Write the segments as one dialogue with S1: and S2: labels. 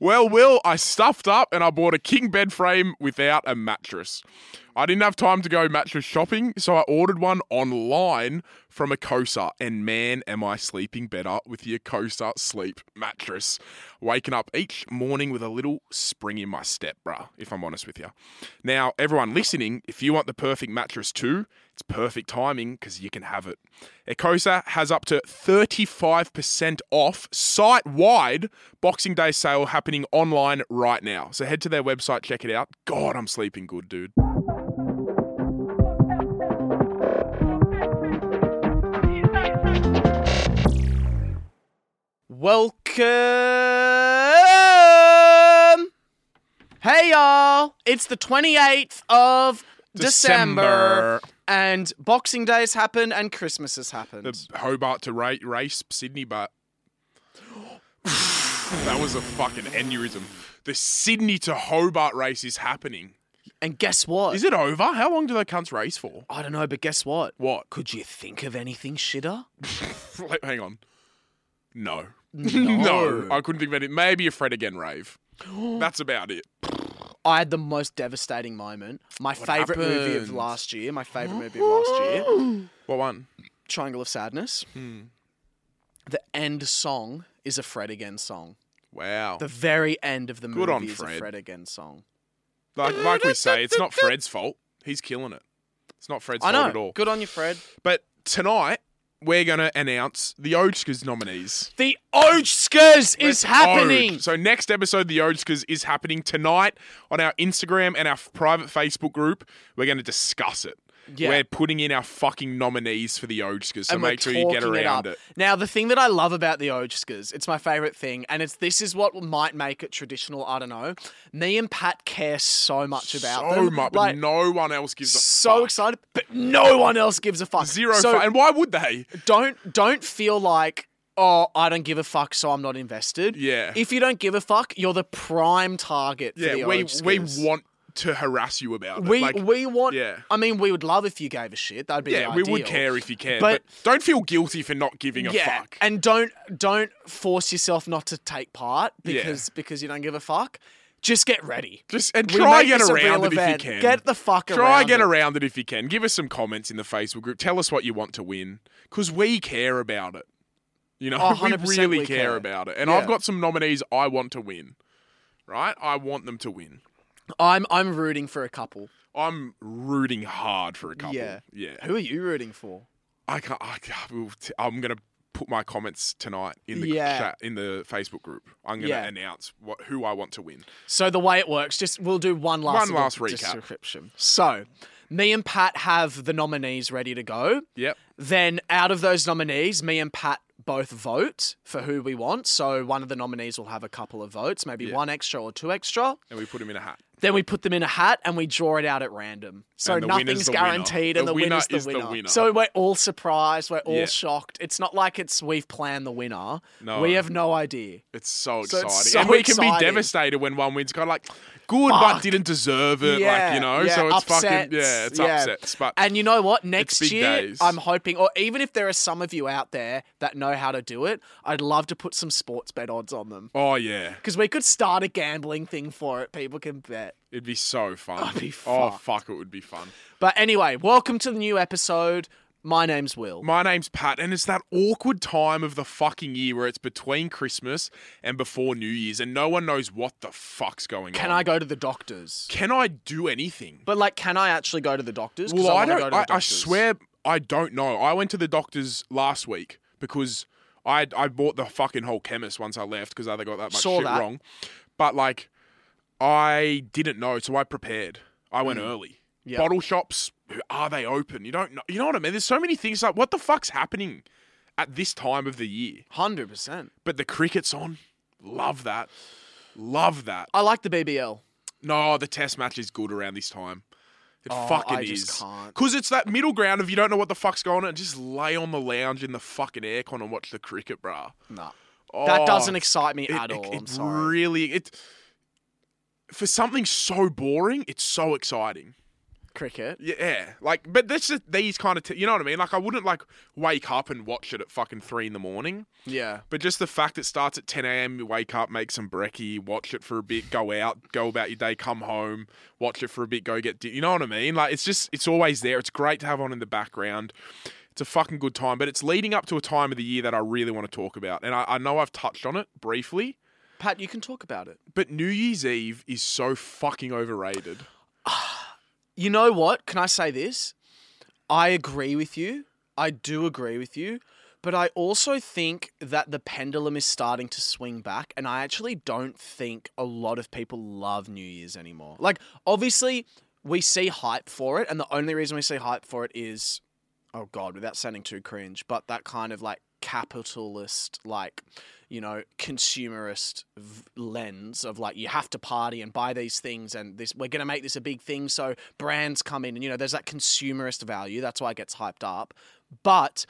S1: Well, Will, I stuffed up and I bought a king bed frame without a mattress. I didn't have time to go mattress shopping, so I ordered one online from Acosa. And man, am I sleeping better with the Acosa sleep mattress. Waking up each morning with a little spring in my step, bruh, if I'm honest with you. Now, everyone listening, if you want the perfect mattress too, it's perfect timing because you can have it. Ecosa has up to 35% off site wide Boxing Day sale happening online right now. So head to their website, check it out. God, I'm sleeping good, dude.
S2: Welcome. Hey y'all, it's the 28th of December.
S1: December.
S2: and Boxing Day has happened and Christmas has happened.
S1: The Hobart to ra- race Sydney, but that was a fucking aneurysm. The Sydney to Hobart race is happening.
S2: and guess what?
S1: Is it over? How long do they cunts race for?
S2: I don't know, but guess what?
S1: What?
S2: Could you think of anything shitter?
S1: Hang on. No. no. I couldn't think of any. Maybe a Fred again rave. That's about it.
S2: I had the most devastating moment. My favorite movie of
S1: happened?
S2: last year, my favorite movie of last year,
S1: What one?
S2: Triangle of Sadness.
S1: Hmm.
S2: The end song is a Fred Again song.
S1: Wow.
S2: The very end of the movie
S1: on
S2: is a
S1: Fred.
S2: Fred Again song.
S1: Like, like we say, it's not Fred's fault. He's killing it. It's not Fred's
S2: I
S1: fault at
S2: know.
S1: all.
S2: Good on you, Fred.
S1: But tonight, we're going to announce the Oatskas nominees.
S2: The Oatskers is
S1: Let's
S2: happening.
S1: Ode. So next episode, the Oatskas is happening tonight on our Instagram and our f- private Facebook group. We're going to discuss it.
S2: Yeah.
S1: We're putting in our fucking nominees for the Oatskas, so
S2: and
S1: make sure
S2: we're
S1: you get
S2: talking
S1: around
S2: up. Now, the thing that I love about the Oatskers, it's my favorite thing, and it's this is what might make it traditional. I don't know. Me and Pat care so much about
S1: so
S2: them.
S1: much, but
S2: Like,
S1: no one else gives a
S2: so
S1: fuck.
S2: excited, but no one else gives a fuck.
S1: Zero
S2: so
S1: fu- and why would they?
S2: don't don't feel like oh I don't give a fuck, so I'm not invested.
S1: Yeah.
S2: If you don't give a fuck, you're the prime target. for
S1: Yeah,
S2: the
S1: we we
S2: Oatskers.
S1: want to harass you about it.
S2: We,
S1: Like,
S2: we want.
S1: yeah.
S2: I mean, we would love if you gave a shit. That'd be
S1: yeah, we
S2: the
S1: would
S2: ideal.
S1: care if you cared, but,
S2: But-
S1: don't feel guilty for not giving a
S2: yeah,
S1: fuck.
S2: and don't don't force yourself not to take part because because you don't give a fuck. Just get ready.
S1: Just and
S2: We
S1: try
S2: make
S1: get
S2: this a
S1: around
S2: real
S1: it
S2: event.
S1: if you can.
S2: Get the fuck
S1: Try
S2: around
S1: get
S2: it.
S1: around it if you can. Give us some comments in the Facebook group. Tell us what you want to win because we care about it. You know,
S2: Oh,
S1: we
S2: 100%
S1: really
S2: we
S1: care
S2: care.
S1: about it. And
S2: Yeah.
S1: I've got some nominees I want to win. Right? I want them to win.
S2: I'm I'm rooting for a couple.
S1: I'm rooting hard for a couple.
S2: Yeah.
S1: Yeah.
S2: Who are you rooting for?
S1: I can't. I, can't- we'll t- I'm gonna put my comments tonight in the
S2: Yeah.
S1: chat in the Facebook group. I'm gonna
S2: Yeah.
S1: announce what who I want to win.
S2: So the way it works, just we'll do one last
S1: One last
S2: little
S1: recap.
S2: description. So me and Pat have the nominees ready to go.
S1: Yep.
S2: Then out of those nominees, me and Pat both vote for who we want. So one of the nominees will have a couple of votes, maybe one extra or two extra.
S1: And we put him in a hat.
S2: Then we put them in a hat and we draw it out at random. So
S1: And the winner's
S2: nothing's
S1: the winner.
S2: guaranteed, and
S1: The
S2: the,
S1: winner
S2: winner's the
S1: is the
S2: winner.
S1: winner.
S2: So we're all surprised. We're all
S1: Yeah.
S2: shocked. It's not like it's we've planned the winner.
S1: No.
S2: we have no idea.
S1: It's so
S2: So
S1: exciting.
S2: it's
S1: and
S2: so
S1: we can be
S2: exciting.
S1: devastated when one wins. Kind of like, good, but
S2: Fuck.
S1: didn't deserve it. like, you
S2: Yeah,
S1: know?
S2: yeah,
S1: so it's
S2: upsets,
S1: fucking, yeah, it's
S2: yeah.
S1: upsets. But
S2: And you know what? Next
S1: big
S2: year,
S1: days.
S2: I'm hoping, or even if there are some of you out there that know how to do it, I'd love to put some sports bet odds on them.
S1: oh, yeah.
S2: Because we could start a gambling thing for it. People can bet.
S1: It'd be so fun.
S2: I'd be
S1: oh,
S2: fucked.
S1: fuck, it would be fun.
S2: But anyway, welcome to the new episode. My name's Will.
S1: My name's Pat, and it's that awkward time of the fucking year where it's between Christmas and before New Year's, and no one knows what the fuck's going on.
S2: Can I go to the doctors?
S1: Can I do anything?
S2: But like, can I actually go to the doctors? 'Cause
S1: Well, I, don't.
S2: wanna Go to the
S1: I, I
S2: doctors.
S1: swear, I don't know. I went to the doctors last week because I I bought the fucking whole chemist once I left because they got that much
S2: Saw
S1: shit
S2: that.
S1: wrong. But like, I didn't know, so I prepared. I went early.
S2: Mm. Yeah.
S1: Bottle shops are they open? You don't know. You know what I mean? There's so many things. Like, what the fuck's happening at this time of the year?
S2: Hundred percent.
S1: But the cricket's on. Love that. Love that.
S2: I like the BBL.
S1: No, the test match is good around this time. It
S2: Oh,
S1: fucking
S2: I
S1: is.
S2: just can't.
S1: Cause it's that middle ground of you don't know what the fuck's going on. Just lay on the lounge in the fucking aircon and watch the cricket, bruh.
S2: Nah,
S1: Oh,
S2: that doesn't excite me
S1: it-
S2: at
S1: it-
S2: all.
S1: It,
S2: I'm sorry.
S1: Really, it for something so boring, it's so exciting.
S2: cricket.
S1: Yeah, like, but this is these kind of, t- you know what I mean? Like, I wouldn't like wake up and watch it at fucking three in the morning.
S2: Yeah.
S1: But just the fact it starts at 10 a.m., you wake up, make some brekkie, watch it for a bit, go out, go about your day, come home, watch it for a bit, go get, di- you know what I mean? Like, it's just, it's always there. It's great to have on in the background. It's a fucking good time, but it's leading up to a time of the year that I really want to talk about. And I, I know I've touched on it briefly,
S2: Pat, you can talk about it.
S1: but New Year's Eve is so fucking overrated.
S2: You know what? Can I say this? I agree with you. I do agree with you. But I also think that the pendulum is starting to swing back. And I actually don't think a lot of people love New Year's anymore. Like, obviously, we see hype for it. And the only reason we see hype for it is, oh God, without sounding too cringe, but that kind of like capitalist, like, you know, consumerist v- lens of like, you have to party and buy these things. And this, we're going to make this a big thing. So brands come in and, you know, there's that consumerist value. That's why it gets hyped up. But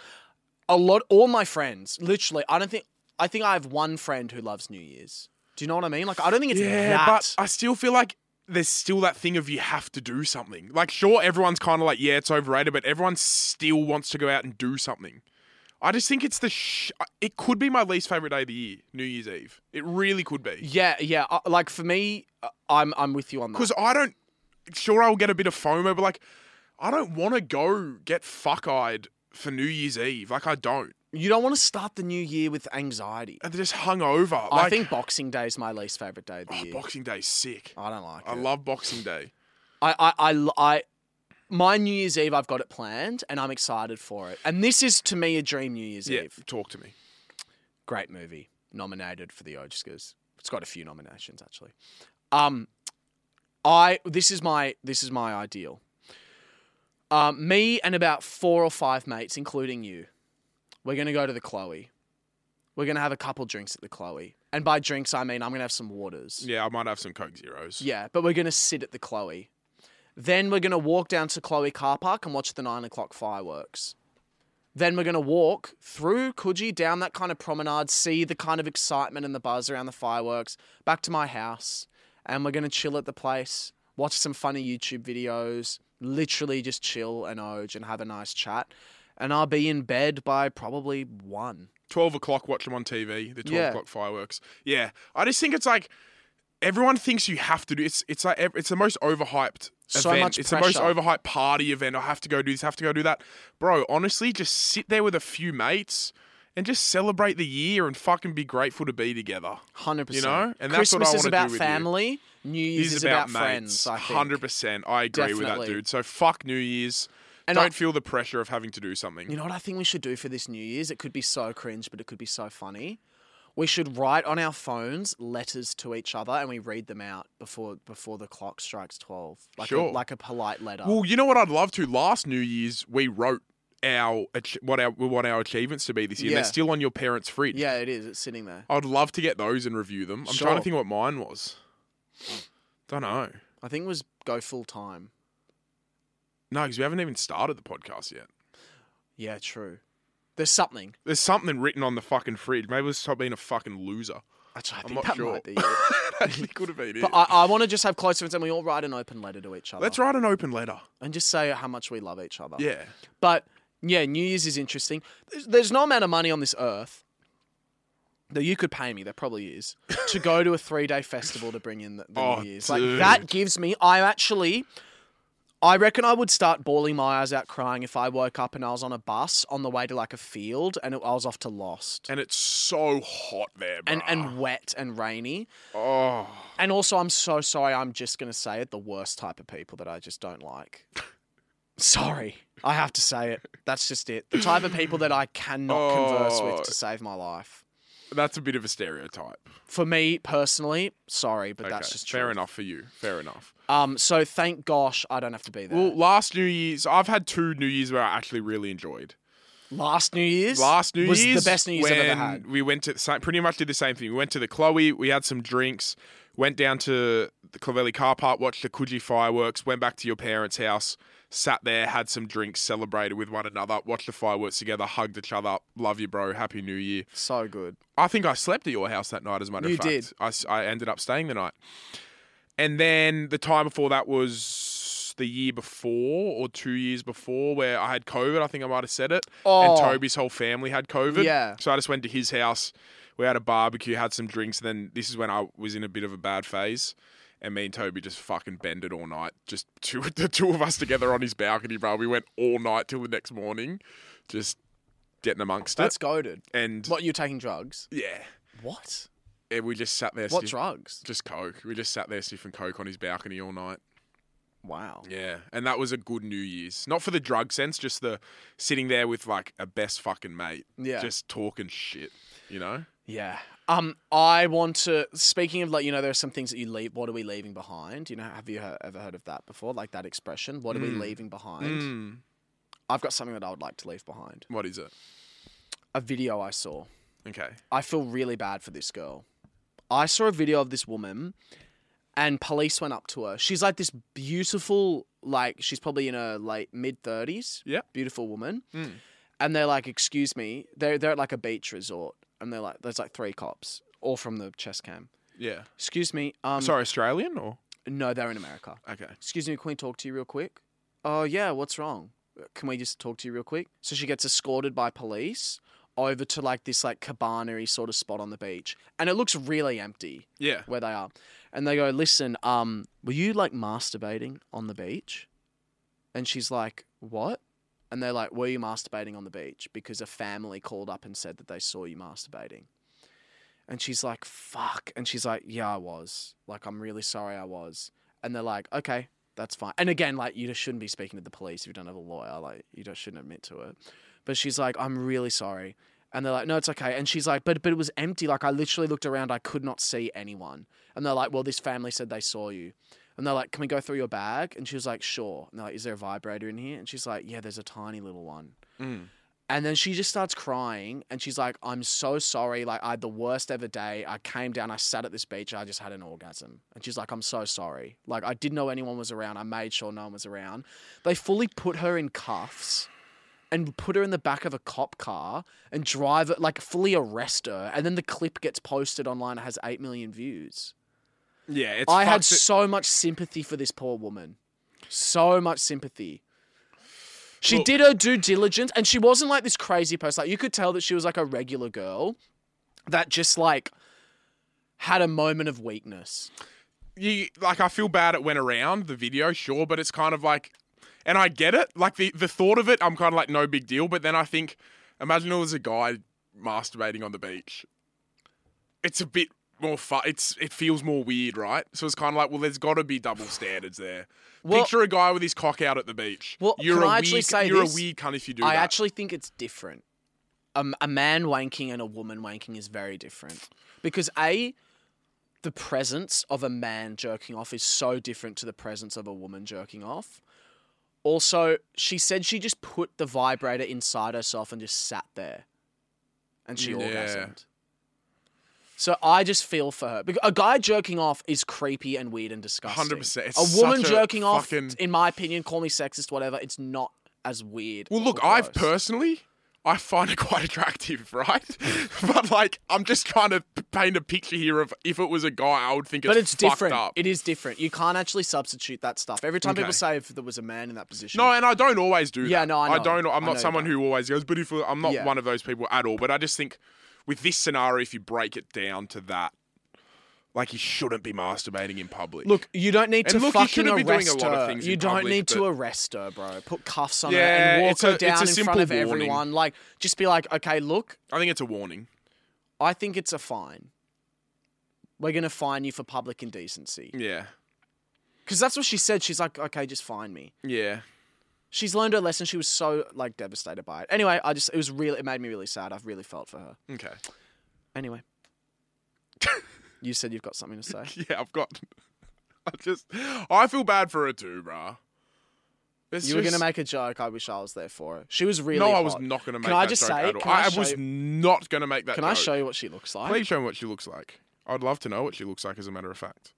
S2: a lot all my friends literally i don't think i think i have one friend who loves new year's do you know what i mean like i don't think it's
S1: Yeah,
S2: that
S1: but I still feel like there's still that thing of you have to do something. Like, sure, everyone's kind of like, yeah, it's overrated, but everyone still wants to go out and do something. I just think it's the sh- uh, it could be my least favorite day of the year, New Year's Eve. It really could be
S2: yeah yeah uh, like for me uh, i'm i'm with you on that
S1: because I don't. Sure, I'll get a bit of FOMO, but like, I don't want to go get fuck eyed for New Year's Eve. Like, I don't.
S2: you don't want to start the new year with anxiety
S1: And just hung over. Like,
S2: i think boxing day is my least favorite day of the
S1: oh,
S2: year
S1: Boxing Day's sick.
S2: i don't like
S1: I
S2: it
S1: love Boxing Day.
S2: I, I, I, l- I- my new year's eve i've got it planned and i'm excited for it and this is to me a dream new year's
S1: Yeah,
S2: eve
S1: talk to me.
S2: great movie nominated for the Oscars. It's got a few nominations actually. Um, I this is my this is my ideal. Um, me and about four or five mates, including you, we're gonna go to the Chloe. We're gonna have a couple drinks at the Chloe, and by drinks I mean I'm gonna have some waters.
S1: Yeah, I might have some Coke Zeros.
S2: Yeah, but we're going to sit at the Chloe. Then we're going to walk down to Chloe car park and watch the nine o'clock fireworks. Then we're going to walk through Coogee down that kind of promenade, see the kind of excitement and the buzz around the fireworks, back to my house. And we're going to chill at the place, watch some funny YouTube videos, literally just chill and oge and have a nice chat. And I'll be in bed by probably one.
S1: 12 o'clock, watch them on TV, the 12
S2: Yeah.
S1: o'clock fireworks. Yeah. I just think it's like everyone thinks you have to do it's it's like ev- it's the most overhyped
S2: So
S1: event.
S2: much
S1: it's the most
S2: pressure.
S1: overhyped party event. I have to go do this, have to go do that. Bro, honestly, just sit there with a few mates and just celebrate the year and fucking be grateful to be together.
S2: Hundred percent.
S1: You know? And that's what I
S2: Christmas is
S1: wanna do
S2: about
S1: with you.
S2: family. New Year's is about, friends. I think.
S1: Hundred percent. I agree with that,
S2: Definitely.
S1: dude. So fuck New Year's.
S2: And
S1: Don't
S2: I-
S1: feel the pressure of having to do something.
S2: You know what I think we should do for this New Year's? It could be so cringe, but it could be so funny. We should write on our phones letters to each other, and we read them out before before the clock strikes twelve, like a,
S1: Sure.
S2: like a polite letter.
S1: Well, you know what I'd love to. Last New Year's, we wrote our ach- what our we want our achievements to be this year.
S2: Yeah.
S1: They're still on your parents' fridge.
S2: yeah, it is. It's sitting there.
S1: I'd love to get those and review them. I'm trying
S2: Sure.
S1: to think what mine was. Don't know.
S2: I think it was go full time.
S1: No, because we haven't even started the podcast yet.
S2: Yeah, true. There's something.
S1: There's something written on the fucking fridge. Maybe let's stop being a fucking loser.
S2: Actually, I
S1: I'm
S2: think
S1: not
S2: that
S1: sure.
S2: might be. It.
S1: That actually could have been it.
S2: But I, I want to just have close friends, and we all write an open letter to each other.
S1: let's write an open letter.
S2: And just say how much we love each other.
S1: Yeah.
S2: But yeah, New Year's is interesting. There's, there's no amount of money on this earth that you could pay me. There probably is to go to a three day festival to bring in the, the
S1: Oh,
S2: New Year's. Like that gives me. I actually. I reckon I would start bawling my eyes out crying if I woke up and I was on a bus on the way to like a field and it, I was off to Lost
S1: And it's so hot there, bro.
S2: and, and wet and rainy.
S1: oh,
S2: And also, I'm so sorry. I'm just going to say it the worst type of people that I just don't like. sorry. I have to say it. That's just it. The type of people that I cannot converse
S1: Oh.
S2: with to save my life.
S1: that's a bit of a stereotype.
S2: For me personally, sorry, but
S1: Okay,
S2: that's just true.
S1: fair enough for you. Fair enough.
S2: Um, so thank gosh I don't have to be there.
S1: Well, last New Year's, I've had two New Year's where I actually really enjoyed.
S2: last New Year's
S1: Last New
S2: was
S1: Year's
S2: the best New Year's I've ever
S1: when
S2: had.
S1: We went to the same, pretty much did the same thing. We went to the Chloe, we had some drinks, went down to the Clavelli car park, watched the Coogee fireworks, went back to your parents' house, sat there, had some drinks, celebrated with one another, watched the fireworks together, hugged each other, love you, bro, happy New Year.
S2: So good.
S1: I think I slept at your house that night, as a matter
S2: You
S1: of fact.
S2: did.
S1: I, s- I ended up staying the night. And then the time before that was podcast the year before or two years before where I had COVID. I think I might have said it.
S2: Oh.
S1: And Toby's whole family had COVID.
S2: Yeah.
S1: So I just went to his house. We had a barbecue, had some drinks. And then this is when I was in a bit of a bad phase. And me and Toby just fucking bended all night. Just two, the two of us together on his balcony, bro. We went all night till the next morning, just getting amongst
S2: That's goaded.
S1: it. And
S2: What, you're taking drugs?
S1: yeah,
S2: What?
S1: and we just sat there.
S2: What
S1: sniff-
S2: drugs?
S1: Just coke. We just sat there sniffing coke on his balcony all night.
S2: Wow.
S1: Yeah, and that was a good New Year's. Not for the drug sense, just the sitting there with like a best fucking mate,
S2: Yeah.
S1: just talking shit. You know?
S2: Yeah. Um, I want to. Speaking of, like, you know, there are some things that you leave. What are we leaving behind? You know, have you he- ever heard of that before? Like that expression. What are we
S1: Mm.
S2: leaving behind?
S1: Mm.
S2: I've got something that I would like to leave behind.
S1: What is it?
S2: A video I saw.
S1: Okay.
S2: I feel really bad for this girl. I saw a video of this woman, and police went up to her. She's like this beautiful, like she's probably in her late mid thirties.
S1: Yeah.
S2: beautiful woman.
S1: Mm.
S2: And they're like, "Excuse me," they're they're at like a beach resort, and they're like, "There's like three cops, all from the chess cam."
S1: Yeah.
S2: Excuse me. Um,
S1: Sorry, Australian or
S2: No, they're in America.
S1: okay?
S2: Excuse me, can we talk to you real quick? Oh, yeah, what's wrong? Uh, Can we just talk to you real quick? So she gets escorted by police over to like this like cabana sort of spot on the beach. And it looks really empty
S1: Yeah.
S2: where they are. And they go, Listen, um, were you like masturbating on the beach? And she's like, What? And they're like, Were you masturbating on the beach? Because a family called up and said that they saw you masturbating. And she's like, Fuck. And she's like, Yeah, I was. Like, I'm really sorry I was. And they're like, Okay, that's fine. And again, like, you just shouldn't be speaking to the police if you don't have a lawyer. Like, you just shouldn't admit to it. But she's like, I'm really sorry. And they're like, no, it's okay. And she's like, but but it was empty. Like I literally looked around, I could not see anyone. And they're like, well, this family said they saw you. And they're like, can we go through your bag? And she was like, sure. And they're like, is there a vibrator in here? And she's like, yeah, there's a tiny little one.
S1: Mm.
S2: And then she just starts crying and she's like, I'm so sorry. Like, I had the worst ever day. I came down, I sat at this beach, I just had an orgasm. And she's like, I'm so sorry. Like, I didn't know anyone was around. I made sure no one was around. They fully put her in cuffs and put her in the back of a cop car and drive it, like, fully arrest her. And then the clip gets posted online. It has 8 million views.
S1: Yeah. It's
S2: I had
S1: fucked-
S2: so much sympathy for this poor woman. So much sympathy. She
S1: Look-
S2: did her due diligence and she wasn't like this crazy person. Like you could tell that she was like a regular girl that just like had a moment of weakness.
S1: you like I feel bad it went around the video, sure, but it's kind of like and I get it. Like the the thought of it, I'm kind of like no big deal, but then I think imagine there was a guy masturbating on the beach. It's a bit more fun. It's it feels more weird, right? So it's kind of like, well, there's got to be double standards there.
S2: Well-
S1: Picture a guy with his cock out at the beach.
S2: Well,
S1: you're
S2: can
S1: a
S2: I
S1: weird,
S2: actually say
S1: you're
S2: this?
S1: a weird cunt if you do
S2: I
S1: that.
S2: actually think it's different. Um, a man wanking and a woman wanking is very different because a the presence of a man jerking off is so different to the presence of a woman jerking off. Also, she said she just put the vibrator inside herself and just sat there, and she
S1: Yeah.
S2: orgasmed. So I just feel for her. Because a guy jerking off is creepy and weird and disgusting.
S1: 100%. It's
S2: A woman
S1: such a
S2: jerking off,
S1: fucking-
S2: in my opinion, call me sexist, whatever. It's not as weird.
S1: Well,
S2: or
S1: look, I've
S2: Oh, gross.
S1: personally, I find it quite attractive, right? but like, I'm just trying to p- paint a picture here of if it was a guy, I would think it's,
S2: But it's
S1: fucked
S2: different.
S1: Up.
S2: It is different. You can't actually substitute that stuff. Every time
S1: Okay.
S2: people say if there was a man in that position.
S1: no, and I don't always do.
S2: Yeah,
S1: that.
S2: no, I know.
S1: don't.
S2: I
S1: I'm
S2: know you
S1: not someone
S2: don't.
S1: who always goes. But if uh, I'm not
S2: Yeah.
S1: one of those people at all, but I just think with this scenario, if you break it down to that, like he shouldn't be masturbating in public.
S2: Look, you don't need
S1: And
S2: to
S1: look, you
S2: fucking
S1: shouldn't be
S2: arrest
S1: doing a lot
S2: her.
S1: of things
S2: you
S1: in
S2: don't
S1: public,
S2: need to
S1: but-
S2: arrest her, bro. Put cuffs on her
S1: Yeah,
S2: and walk
S1: it's
S2: her
S1: a- it's a
S2: down in front
S1: simple
S2: of
S1: warning.
S2: everyone. Like, just be like, okay, look,
S1: I think it's a warning.
S2: I think it's a fine. We're gonna fine you for public indecency
S1: Yeah,
S2: because that's what she said. She's like, okay, just fine me.
S1: yeah.
S2: She's learned her lesson. She was so like devastated by it. Anyway, I just it was really it made me really sad. I've really felt for her.
S1: Okay.
S2: Anyway, you said you've got something to say.
S1: Yeah, I've got. I just. I feel bad for her too, bruh. It's
S2: You were
S1: just-
S2: gonna make a joke. I wish I was there for her. She was really.
S1: no, I
S2: hot.
S1: was not going to make
S2: Can
S1: that
S2: I just
S1: joke
S2: say-
S1: at all.
S2: can I
S1: I,
S2: show
S1: was
S2: you-
S1: not going to make that
S2: Can
S1: joke.
S2: I show you what she looks like?
S1: Please show me what she looks like. I'd love to know what she looks like, as a matter of fact.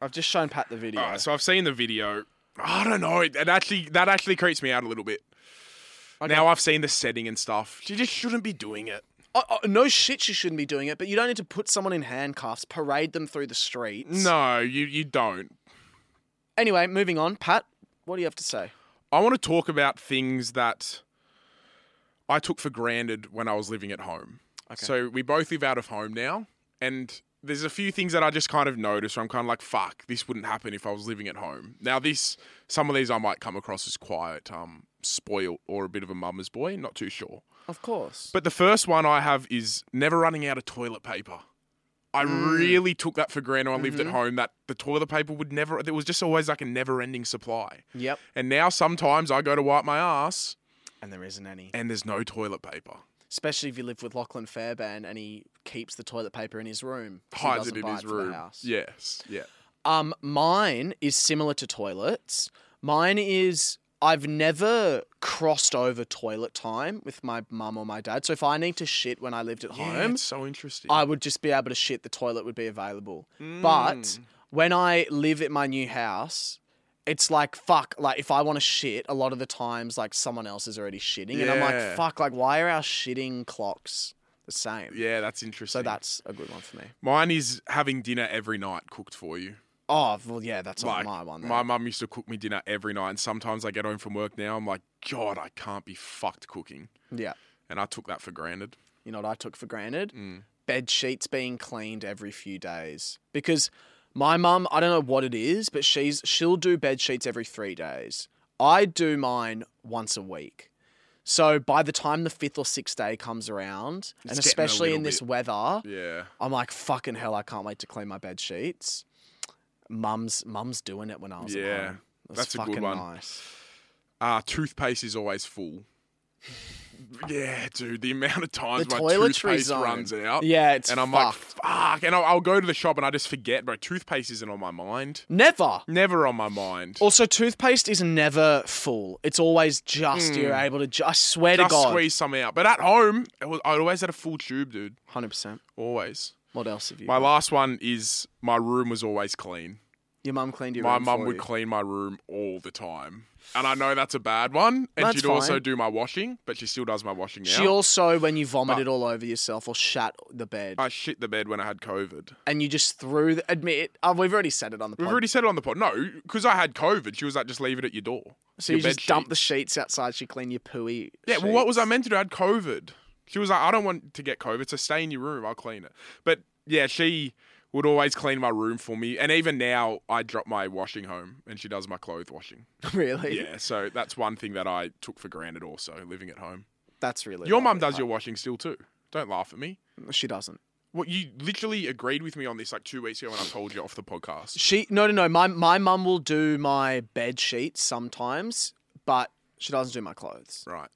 S2: I've just shown Pat the video.
S1: All right, so I've seen the video. I don't know. It, it actually that actually creeps me out a little bit.
S2: Okay.
S1: Now I've seen the setting and stuff. She just shouldn't be doing it.
S2: Oh, oh, no shit, she shouldn't be doing it. But you don't need to put someone in handcuffs, parade them through the streets.
S1: No, you you don't.
S2: Anyway, moving on. Pat, What do you have to say?
S1: I want to talk about things that I took for granted when I was living at home.
S2: Okay.
S1: So we both live out of home now, and there's a few things that I just kind of noticed. Where I'm kind of like, "Fuck, this wouldn't happen if I was living at home." Now, this some of these I might come across as quiet, um, spoiled, or a bit of a mama's boy. Not too sure.
S2: Of course.
S1: But the first one I have is never running out of toilet paper. I really took that for granted when I lived at home that the toilet paper would never, there was just always like a never ending supply.
S2: yep.
S1: And now sometimes I go to wipe my ass
S2: And there isn't any.
S1: and there's no toilet paper.
S2: Especially if you live with Lachlan Fairbairn and he keeps the toilet paper in his room. 'cause he
S1: Hides it
S2: doesn't
S1: in
S2: buy
S1: his
S2: for the
S1: room.
S2: house.
S1: Yes. Yeah.
S2: Um, mine is similar to toilets. Mine is I've never crossed over toilet time with my mum or my dad. So if I need to shit when I lived at
S1: Yeah,
S2: home,
S1: it's so interesting.
S2: I would just be able to shit. The toilet would be available.
S1: Mm.
S2: But when I live at my new house, it's like fuck. Like if I want to shit, a lot of the times like someone else is already shitting, and I'm
S1: Yeah.
S2: like fuck. Like why are our shitting clocks the same?
S1: yeah, that's interesting.
S2: So that's a good one for me.
S1: Mine is having dinner every night cooked for you.
S2: Oh well, yeah, that's
S1: Like,
S2: not my one. Then.
S1: My mum used to cook me dinner every night, and sometimes I get home from work now. I'm like, God, I can't be fucked cooking.
S2: yeah.
S1: And I took that for granted.
S2: you know what I took for granted?
S1: Mm.
S2: Bed sheets being cleaned every few days because my mum, I don't know what it is, but she's she'll do bed sheets every 3 days. I do mine once a week. So by the time the 5th or 6th day comes around, and
S1: getting a
S2: especially in
S1: little
S2: this
S1: bit-
S2: weather,
S1: Yeah.
S2: I'm like fucking hell, I can't wait to clean my bed sheets. Mum's mum's doing it when I was at
S1: Yeah.
S2: home. It was
S1: That's a good
S2: fucking
S1: one.
S2: nice.
S1: Uh, toothpaste is always full. yeah, dude, the amount of times
S2: The
S1: my
S2: toiletries
S1: toothpaste
S2: zone.
S1: runs out.
S2: Yeah, it's
S1: Uh, And I'm
S2: fucked.
S1: like, fuck. And I'll, I'll go to the shop and I just forget, bro. Toothpaste isn't on my mind.
S2: Never.
S1: Never on my mind.
S2: Also, toothpaste is never full. It's always just you're able to. Ju- I swear to
S1: Hmm. just
S2: God,
S1: squeeze some out. But at home, it was, I always had a full tube, dude.
S2: hundred percent.
S1: Always.
S2: What else have you?
S1: My last one is my room was always clean.
S2: Your mum cleaned your
S1: My
S2: room
S1: mum
S2: for
S1: would
S2: you.
S1: clean my room all the time. And I know that's a bad one. And
S2: That's
S1: she'd also
S2: fine.
S1: do my washing, but she still does my washing now.
S2: She also, when you vomited all over yourself or shat the bed,
S1: I shit the bed when I had COVID.
S2: and you just threw. The, admit it. Uh, we've already said it on the
S1: We've
S2: podcast.
S1: already said it on the pod. No, because I had COVID. She was like, just leave it at your door.
S2: so
S1: your
S2: you just
S1: bed
S2: dump the
S1: sheets."
S2: sheets outside. She cleaned your pooey.
S1: Yeah, well, what was I meant to do? I had COVID. She was like, I don't want to get COVID, so stay in your room. I'll clean it. But yeah, she would always clean my room for me. And even now, I drop my washing home and she does my clothes washing.
S2: really?
S1: Yeah, so that's one thing that I took for granted also, living at home.
S2: That's really.
S1: Your mum
S2: lovely.
S1: does your washing still too. Don't laugh at me.
S2: She doesn't.
S1: What you literally agreed with me on this like two weeks ago when I told you off the podcast.
S2: She no no no. My my mum will do my bed sheets sometimes, but she doesn't do my clothes.
S1: Right.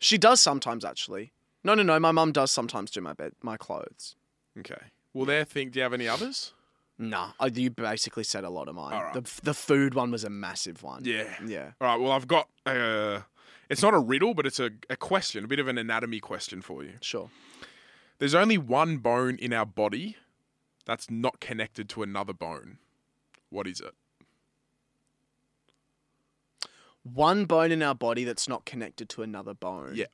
S2: She does sometimes, actually. No, no, no. My mum does sometimes do my bed, my clothes.
S1: Okay. Well, there. Think. Do you have any others?
S2: Nah, I, you basically said a lot of mine.
S1: All right.
S2: The the food one was a massive one.
S1: Yeah.
S2: yeah.
S1: All right. Well, I've got uh It's not a riddle, but it's a, a question, a bit of an anatomy question for you.
S2: Sure.
S1: There's only one bone in our body that's not connected to another bone. What is it?
S2: One bone in our body that's not connected to another bone.
S1: Yeah.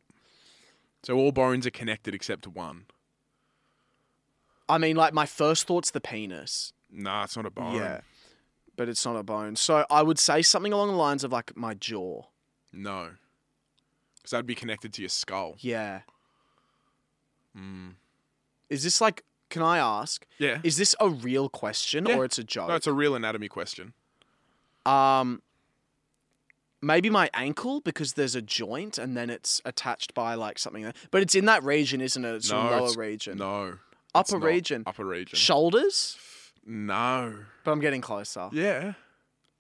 S1: So all bones are connected except one.
S2: I mean, like my first thought's the penis.
S1: Nah, it's not a bone.
S2: Yeah. But it's not a bone. So I would say something along the lines of like my jaw.
S1: No. Because that'd be connected to your skull.
S2: Yeah.
S1: Mm.
S2: Is this like? Can I ask?
S1: Yeah.
S2: Is this a real question
S1: Yeah.
S2: or it's a joke?
S1: No, it's a real anatomy question.
S2: Um, maybe my ankle because there's a joint and then it's attached by like something. There. But it's in that region, isn't it? It's
S1: No,
S2: your lower
S1: it's-
S2: region,
S1: No. it's
S2: upper
S1: not.
S2: region,
S1: Upper region.
S2: shoulders.
S1: no.
S2: But I'm getting closer.
S1: Yeah.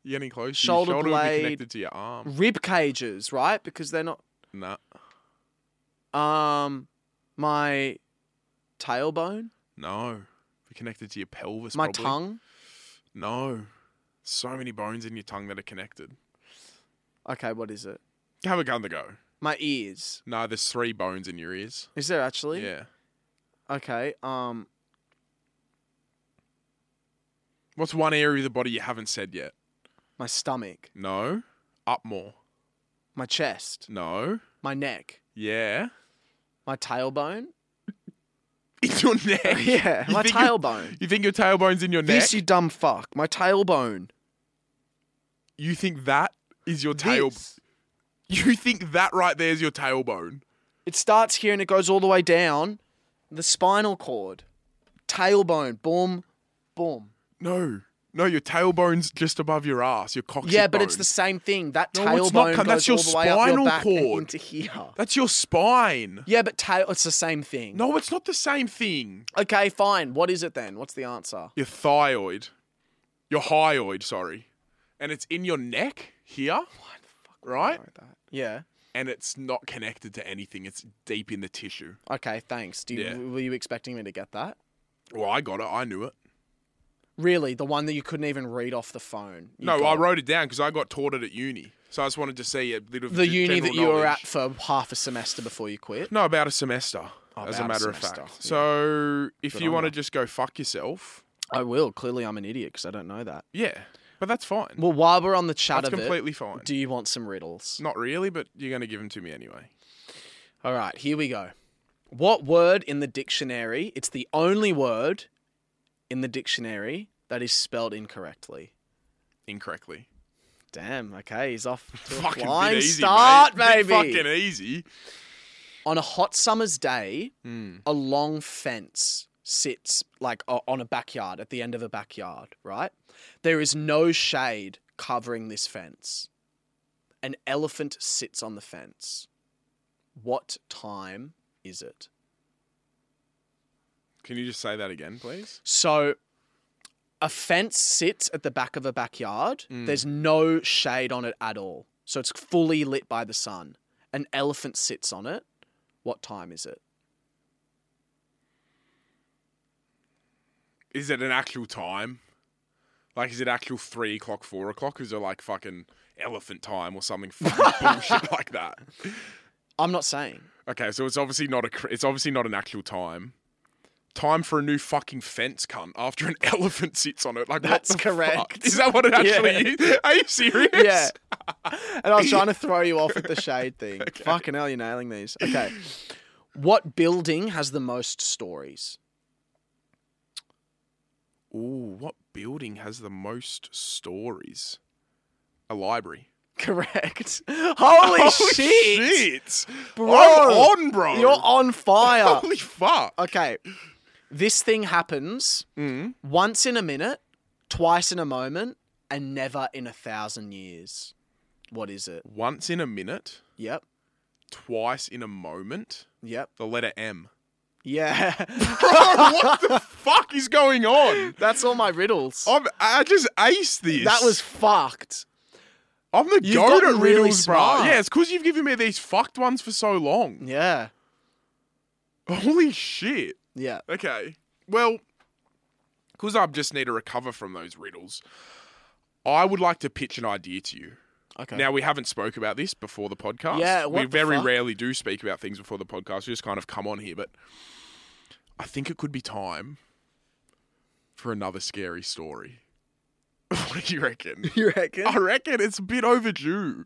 S1: You getting close?
S2: Oh. Shoulder
S1: your shoulder would be
S2: blade.
S1: connected to your arm.
S2: Rib cages, right? Because they're not.
S1: Nah.
S2: Um, my tailbone,
S1: No. Be connected to your pelvis.
S2: my
S1: probably.
S2: tongue.
S1: No. So many bones in your tongue that are connected.
S2: Okay, what is it?
S1: Have a gun to go.
S2: My ears.
S1: No, there's three bones in your ears.
S2: Is there actually?
S1: Yeah.
S2: Okay. Um,
S1: What's one area of the body you haven't said yet?
S2: my stomach,
S1: No. Up more.
S2: my chest,
S1: No.
S2: my neck,
S1: Yeah.
S2: my tailbone.
S1: It's your neck.
S2: yeah,
S1: You
S2: my
S1: think your-
S2: tailbone.
S1: You think your tailbone's in your neck?
S2: This you dumb fuck. My tailbone.
S1: you think that is your tail.
S2: This.
S1: You think that right there is your tailbone?
S2: It starts here and it goes all the way down the spinal cord, tailbone, boom, boom.
S1: No, no, your tailbone's just above your ass. Your coccyx.
S2: Yeah, but it's
S1: bone.
S2: the same thing. That
S1: No,
S2: tailbone
S1: it's not cut.
S2: goes
S1: That's your
S2: all the way up your
S1: spinal
S2: back and
S1: cord.
S2: into here.
S1: That's your spine.
S2: Yeah, but tail it's the same thing.
S1: No, it's not the same thing.
S2: Okay, fine. What is it then? What's the answer?
S1: Your thyroid, your hyoid, sorry, and it's in your neck here. Right,
S2: Yeah.
S1: and it's not connected to anything. It's deep in the tissue.
S2: Okay, thanks. Do you,
S1: Yeah.
S2: were you expecting me to get that?
S1: Well, I got it. I knew it.
S2: Really, the one that you couldn't even read off the phone. You
S1: no, I
S2: got
S1: wrote it down because I got taught it at uni. So I just wanted to see a little.
S2: the
S1: g-
S2: uni
S1: general
S2: that you were at
S1: knowledge.
S2: for half a semester before you quit.
S1: No, about a semester. as a
S2: Oh, about a
S1: matter of fact.
S2: semester,
S1: So
S2: yeah.
S1: if
S2: Good
S1: you
S2: on
S1: want to
S2: ya.
S1: just go fuck yourself,
S2: I will. Clearly, I'm an idiot because I don't know that.
S1: yeah, but that's fine.
S2: Well, while we're on the chat
S1: that's
S2: of it,
S1: completely fine.
S2: do you want some riddles?
S1: Not really, but you're going to give them to me anyway.
S2: All right, here we go. What word in the dictionary? It's the only word in the dictionary that is spelled incorrectly.
S1: Incorrectly.
S2: Damn. Okay, he's off to a
S1: Fucking
S2: flying
S1: bit easy,
S2: start,
S1: mate. Bit
S2: baby.
S1: fucking e- easy.
S2: On a hot summer's day,
S1: Mm.
S2: a long fence sits like o- on a backyard at the end of a backyard, right? There is no shade covering this fence. An elephant sits on the fence. What time is it?
S1: Can you just say that again, please?
S2: So a fence sits at the back of a backyard.
S1: Mm.
S2: There's no shade on it at all. So it's fully lit by the sun. An elephant sits on it. What time is it?
S1: Is it an actual time? Like, is it actual three o'clock, four o'clock? Is it like fucking elephant time or something fucking bullshit like that?
S2: I'm not saying.
S1: Okay, so it's obviously not a cr- it's obviously not an actual time. Time for a new fucking fence, cunt. After an elephant sits on it, like what
S2: That's
S1: the fuck?
S2: correct.
S1: Is that what it actually is? Are you serious?
S2: Yeah. and I was trying to throw you off with the shade thing. Fucking hell, you're nailing these. Okay. What building has the most stories?
S1: Ooh, what building has the most stories? A library.
S2: Correct. Holy,
S1: Holy
S2: shit.
S1: shit. I'm
S2: Bro.
S1: on, bro.
S2: You're on fire.
S1: Holy fuck.
S2: okay. This thing happens
S1: Mm.
S2: once in a minute, twice in a moment, and never in a thousand years. What is it?
S1: Once in a minute,
S2: Yep.
S1: twice in a moment.
S2: Yep.
S1: The letter M.
S2: Yeah.
S1: what the fuck is going on?
S2: That's all my riddles.
S1: I'm, I just aced this.
S2: That was fucked.
S1: I'm the
S2: You've
S1: goat at
S2: gotten really
S1: riddles, bro.
S2: smart.
S1: Yeah, it's because you've given me these fucked ones for so long.
S2: Yeah.
S1: Holy shit.
S2: Yeah.
S1: Okay. Well, because I just need to recover from those riddles, I would like to pitch an idea to you.
S2: Okay.
S1: Now we haven't spoke about this before the podcast.
S2: Yeah, what
S1: we
S2: the
S1: very
S2: fuck?
S1: rarely do speak about things before the podcast. We just kind of come on here, but I think it could be time for another scary story. what do you reckon?
S2: you reckon?
S1: I reckon it's a bit overdue.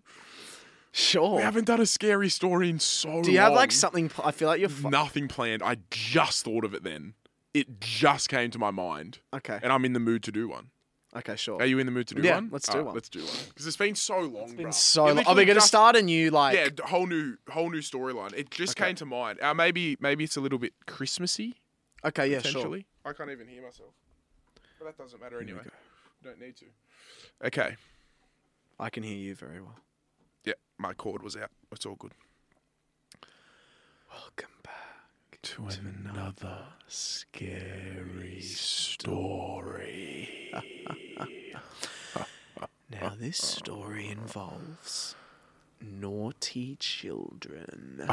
S2: Sure.
S1: We haven't done a scary story in so.
S2: Oh. Do you have
S1: long.
S2: like something? pl- I feel like you're. Fu-
S1: nothing planned? I just thought of it then. It just came to my mind,
S2: okay.
S1: and I'm in the mood to do one.
S2: Okay. Sure.
S1: Are you in the mood to do
S2: Oh. Yeah,
S1: one?
S2: let's
S1: All
S2: do
S1: right,
S2: one.
S1: Let's do one because it's been so long.
S2: Been
S1: bruh.
S2: so.
S1: It
S2: Long. Are we
S1: literally
S2: gonna
S1: just-
S2: start a new like?
S1: yeah, d- whole new, whole new storyline. It just
S2: Okay.
S1: came to mind. Uh, maybe, maybe it's a little bit Christmassy.
S2: Okay. Yeah. Sure.
S1: Potentially, I can't even hear myself. But that doesn't matter anyway. Don't need to. Okay.
S2: I can hear you very well.
S1: Yeah, my cord was out. It's all good.
S2: Welcome back.
S1: to another scary story.
S2: Now this story involves naughty children.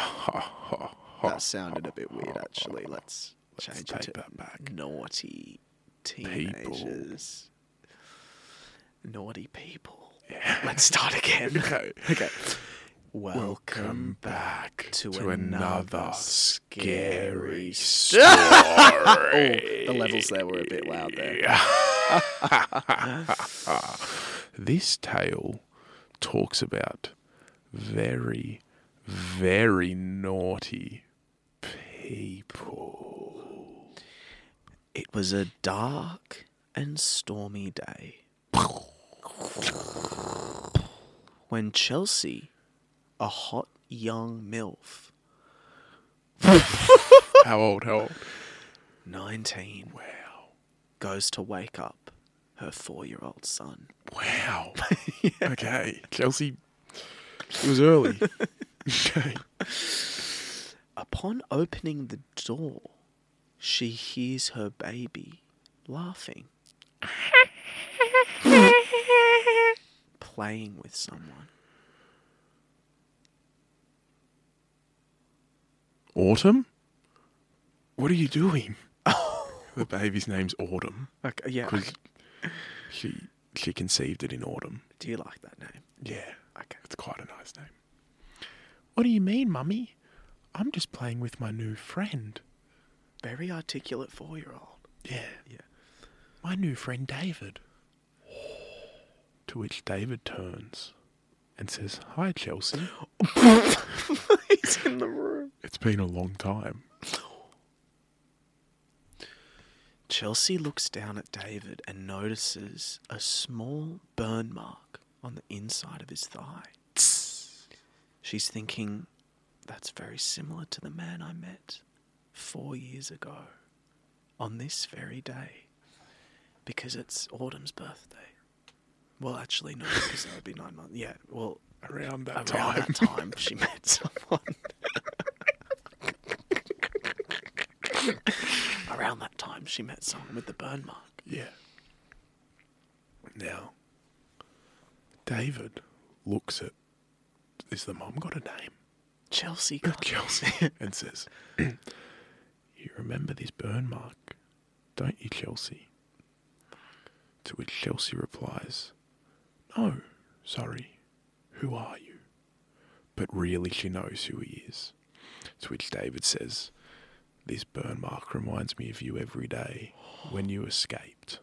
S2: that sounded a bit weird, actually. Let's change it to
S1: Take that back.
S2: naughty teenagers. Naughty people. Let's start again.
S1: Okay.
S2: okay. Welcome
S1: Come back
S2: to
S1: to,
S2: another
S1: another scary
S2: scary Oh,
S1: story.
S2: the levels there were a bit loud there.
S1: this tale talks about very, very naughty people.
S2: It was a dark and stormy day. when Chelsea, a hot young MILF,
S1: How old? How old?
S2: 19,
S1: Wow.
S2: goes to wake up her four year old son.
S1: Wow. Okay. Chelsea. It was early. okay.
S2: Upon opening the door, she hears her baby laughing, playing with someone.
S1: Autumn? What are you doing? the baby's name's Autumn
S2: Okay, yeah.
S1: because she she conceived it in autumn.
S2: Do you like that name?
S1: Yeah.
S2: Okay.
S1: It's quite a nice name. What do you mean, Mummy? I'm just playing with my new friend.
S2: Very articulate four year old.
S1: Yeah.
S2: Yeah.
S1: My new friend David. to which David turns and says, Hi, Chelsea.
S2: He's in the room.
S1: It's been a long time.
S2: Chelsea looks down at David and notices a small burn mark on the inside of his thigh. She's thinking, that's very similar to the man I met four years ago on this very day because it's Autumn's birthday. Well, actually, no, because that would be nine months. Yeah, well,
S1: Around
S2: around
S1: that time.
S2: that time she met someone. around that time she met someone with the burn mark.
S1: Yeah. Now, David looks at. Is the mum got a name?
S2: Chelsea got
S1: Chelsea. and says, You remember this burn mark, don't you, Chelsea? To which Chelsea replies, No, sorry. Who are you? But really, she knows who he is. To which David says, This burn mark reminds me of you every day when you escaped.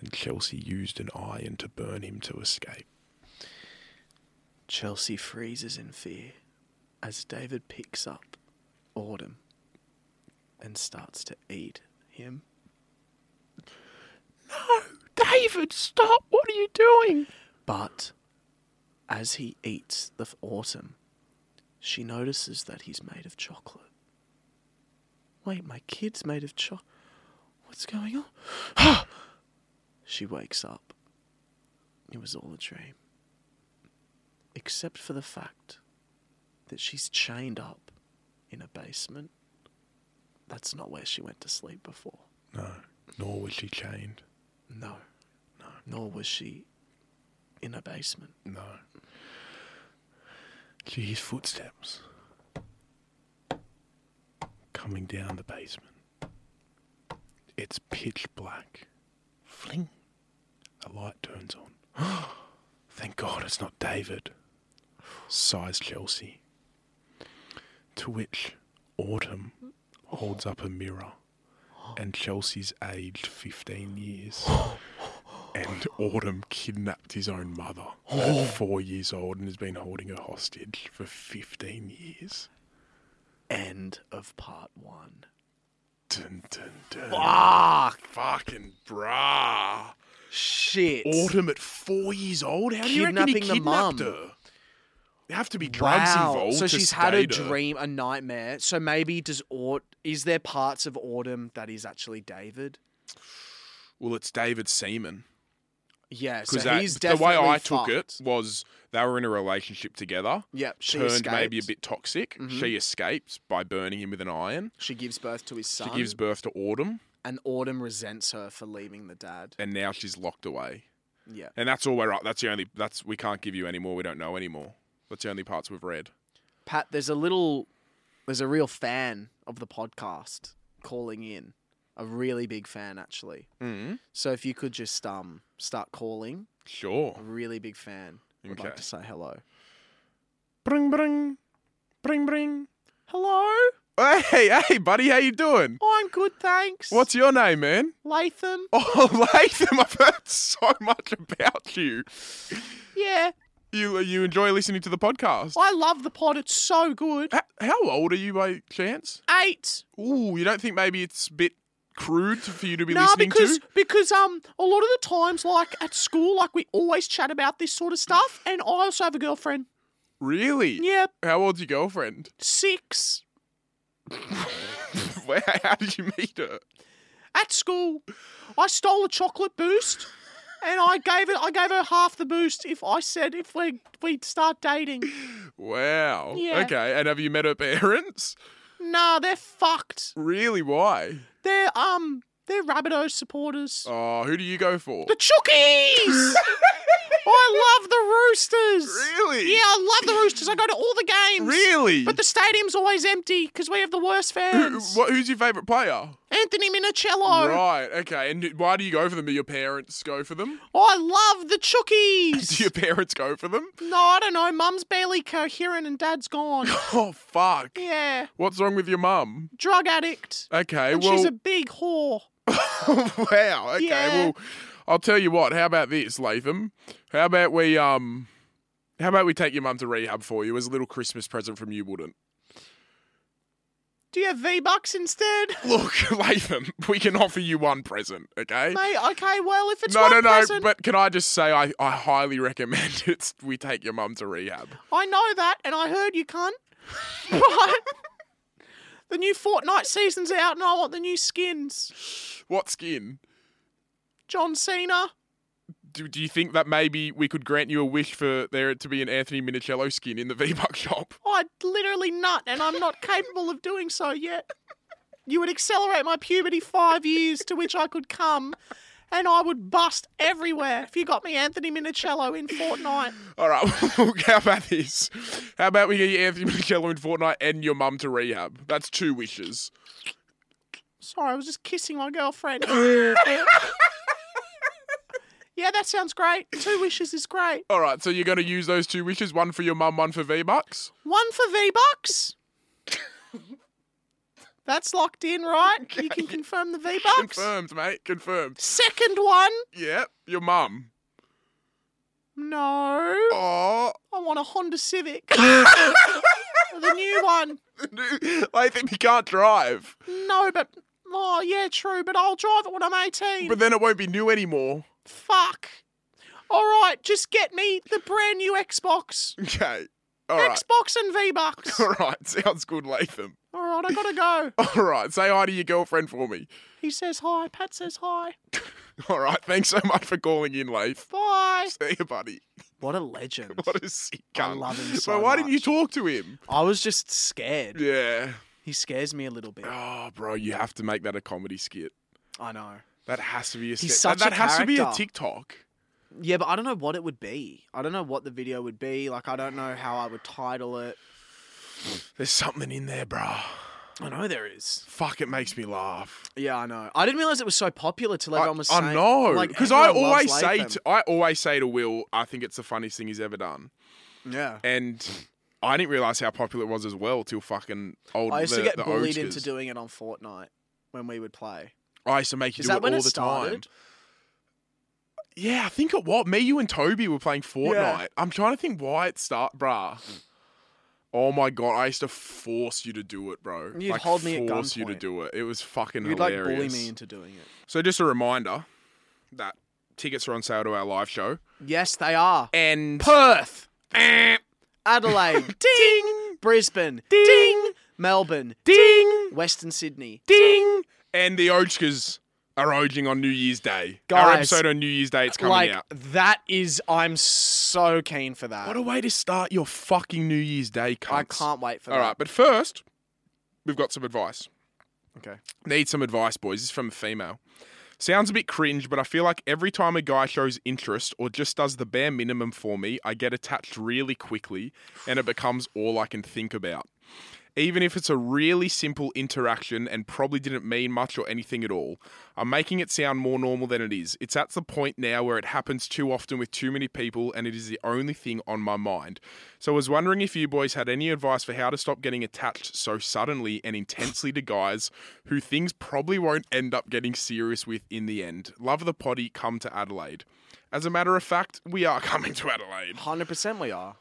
S1: And Chelsea used an iron to burn him to escape.
S2: Chelsea freezes in fear as David picks up Autumn and starts to eat him.
S1: David, stop! What are you doing?
S2: But as he eats the f- Autumn, she notices that he's made of chocolate. Wait, my kid's made of chocolate. What's going on? she wakes up. It was all a dream. Except for the fact that she's chained up in a basement. That's not where she went to sleep before.
S1: No, nor was she chained.
S2: No. No. Nor was she in a basement.
S1: No. She hears footsteps coming down the basement. It's pitch black. Fling. A light turns on. Thank God it's not David. Sighs Chelsea. To which Autumn holds up a mirror and Chelsea's aged 15 years. And Autumn kidnapped his own mother
S2: Oh.
S1: at four years old and has been holding her hostage for 15 years.
S2: End of part one. Ah,
S1: Dun, dun, dun.
S2: Fuck!
S1: Fucking brah.
S2: Shit.
S1: Autumn at four years old? How do you reckon he
S2: Kidnapping the
S1: kidnapped
S2: mum.
S1: her? There have to be drugs
S2: Wow.
S1: involved.
S2: So
S1: to
S2: she's had a
S1: sedate her.
S2: dream, a nightmare. So maybe does Aut is there parts of Autumn that is actually David?
S1: Well, it's David Seaman.
S2: Yeah, so
S1: Because that-
S2: he's
S1: the
S2: definitely
S1: way I
S2: fucked.
S1: took it was they were in a relationship together,
S2: Yep, she
S1: turned maybe a
S2: escaped. Mm-hmm.
S1: bit toxic. She escapes by burning him with an iron.
S2: She gives birth to his son,
S1: She gives birth to Autumn,
S2: and Autumn resents her for leaving the dad.
S1: and now she's locked away.
S2: Yeah,
S1: And that's all we're up. That's the only. That's we can't give you any more. We don't know anymore. That's the only parts we've read.
S2: Pat, there's a little, there's a real fan of the podcast calling in, a really big fan actually.
S1: Mm-hmm.
S2: So if you could just um start calling,
S1: Sure.
S2: a really big fan. Would like
S1: Okay.
S2: to say hello.
S1: Bring bring, bring bring.
S2: Hello,
S1: Hey hey buddy, how you doing?
S2: I'm good, thanks.
S1: What's your name, man?
S2: Latham?
S1: Oh Latham, I've heard so much about you.
S2: Yeah,
S1: You uh, you enjoy listening to the podcast.
S2: I love the pod. It's so good.
S1: H- How old are you by chance?
S2: Eight.
S1: Ooh, you don't think maybe it's a bit crude for you to be
S2: No,
S1: listening
S2: because
S1: to?
S2: because um a lot of the times like at school like we always chat about this sort of stuff and I also have a girlfriend.
S1: Really?
S2: Yeah,
S1: How old's your girlfriend?
S2: six
S1: Where, how did you meet her?
S2: at school. I stole a chocolate boost and I gave it I gave her half the boost if I said if we we'd start dating.
S1: Wow.
S2: Yeah.
S1: Okay. And have you met her parents?
S2: Nah, they're fucked.
S1: Really? Why?
S2: They're um they're Rabbitohs supporters.
S1: Oh, who do you go for?
S2: The Chookies! Oh, I love the Roosters.
S1: Really?
S2: Yeah, I love the Roosters. I go to all the games.
S1: Really?
S2: But the stadium's always empty because we have the worst
S1: Who-
S2: fans.
S1: what- who's your favourite player?
S2: Anthony Minicello.
S1: Right. Okay. And why do you go for them? Do your parents go for them?
S2: Oh, I love the Chookies.
S1: Do your parents go for them?
S2: No, I don't know. Mum's barely coherent and dad's gone.
S1: Oh fuck!
S2: yeah,
S1: What's wrong with your mum?
S2: drug addict.
S1: Okay.
S2: And
S1: well.
S2: she's a big whore.
S1: wow. Okay.
S2: Yeah.
S1: Well, I'll tell you what. How about this, Latham? How about we um, how about we take your mum to rehab for you as a little Christmas present from you? Wouldn't
S2: Do you have V-Bucks instead?
S1: look, Latham. We can offer you one present. Okay.
S2: Mate, okay, well, if it's
S1: no,
S2: one
S1: no, no.
S2: present,
S1: But can I just say, I, I highly recommend it's we take your mum to rehab.
S2: I know that, and I heard you cunt. but the new Fortnite season's out, and I want the new skins.
S1: What skin?
S2: John Cena.
S1: Do, do you think that maybe we could grant you a wish for there to be an Anthony Minicello skin in the V Buck shop?
S2: I'd literally nut, and I'm not capable of doing so yet. You would accelerate my puberty five years to which I could come, and I would bust everywhere if you got me Anthony Minicello in Fortnite.
S1: All right, well, how about this? How about we get you Anthony Minicello in Fortnite and your mum to rehab? That's two wishes.
S2: Sorry, I was just kissing my girlfriend. yeah, that sounds great. Two wishes is great.
S1: All right, so you're going to use those two wishes one for your mum, one for V Bucks?
S2: One for V Bucks. That's locked in, right? You can confirm the V Bucks.
S1: Confirmed, mate. Confirmed.
S2: Second one.
S1: Yep, your mum.
S2: No.
S1: Oh,
S2: I want a Honda Civic. the new one.
S1: Latham, you can't drive.
S2: No, but. Oh, yeah, true, but I'll drive it when I'm 18.
S1: But then it won't be new anymore.
S2: Fuck. All right, just get me the brand new Xbox.
S1: Okay. All right.
S2: Xbox and V Bucks.
S1: All right, sounds good, Latham.
S2: All right, I gotta go.
S1: All right, say hi to your girlfriend for me.
S2: He says hi. Pat says hi.
S1: All right, thanks so much for calling in, Leif.
S2: Bye.
S1: See you, buddy.
S2: What a legend.
S1: What a sick
S2: I
S1: cunt.
S2: love him so
S1: But why didn't you
S2: much.
S1: talk to him?
S2: I was just scared.
S1: Yeah.
S2: He scares me a little bit.
S1: Oh, bro, you have to make that a comedy skit.
S2: I know.
S1: That has to be a. skit.
S2: such
S1: that,
S2: a
S1: that has to be a
S2: character.
S1: TikTok.
S2: Yeah, but I don't know what it would be. I don't know what the video would be. Like, I don't know how I would title it.
S1: There's something in there, bro.
S2: I know there is.
S1: Fuck, it makes me laugh.
S2: Yeah, I know. I didn't realize it was so popular till
S1: I,
S2: everyone was
S1: I
S2: saying.
S1: know,
S2: like,
S1: because I
S2: everyone loves
S1: always say,
S2: Latham.
S1: to, I always say to Will, I think it's the funniest thing he's ever done,
S2: yeah.
S1: and I didn't realize how popular it was as well till fucking old.
S2: I used
S1: the,
S2: to get
S1: the
S2: bullied
S1: Oatskers.
S2: into doing it on Fortnite when we would play.
S1: I used to make you
S2: Is
S1: do
S2: that
S1: it
S2: when
S1: all
S2: it
S1: the time.
S2: started?
S1: Yeah, I think it what me, you, and Toby were playing Fortnite.
S2: Yeah.
S1: I'm trying to think why it start, bruh. Oh my god, I used to force you to do it, bro.
S2: You'd
S1: like,
S2: hold me at
S1: force you to
S2: gunpoint.
S1: do it. It was fucking
S2: You'd like
S1: hilarious.
S2: bully me into doing it.
S1: So just a reminder that tickets are on sale to our live show
S2: Yes, they are.
S1: and
S2: Perth,
S1: Eh,
S2: Adelaide,
S1: ding
S2: Brisbane,
S1: Ding.
S2: Melbourne,
S1: ding
S2: Western Sydney.
S1: ding, and the Oachkas are oging on New Year's Day. Our
S2: Guys,
S1: episode on New Year's Day, it's coming
S2: like
S1: out.
S2: that is, I'm so keen for that.
S1: What a way to start your fucking New Year's Day, cunts.
S2: I can't wait for
S1: All
S2: that.
S1: right, but first, we've got some advice.
S2: Okay.
S1: Need some advice, boys. This is from a female. Sounds a bit cringe, but I feel like every time a guy shows interest or just does the bare minimum for me, I get attached really quickly and it becomes all I can think about. Even if it's a really simple interaction and probably didn't mean much or anything at all, I'm making it sound more normal than it is. It's at the point now where it happens too often with too many people and it is the only thing on my mind. So I was wondering if you boys had any advice for how to stop getting attached so suddenly and intensely to guys who things probably won't end up getting serious with in the end. Love the potty, come to Adelaide. As a matter of fact, we are coming to Adelaide.
S2: Hundred percent, we are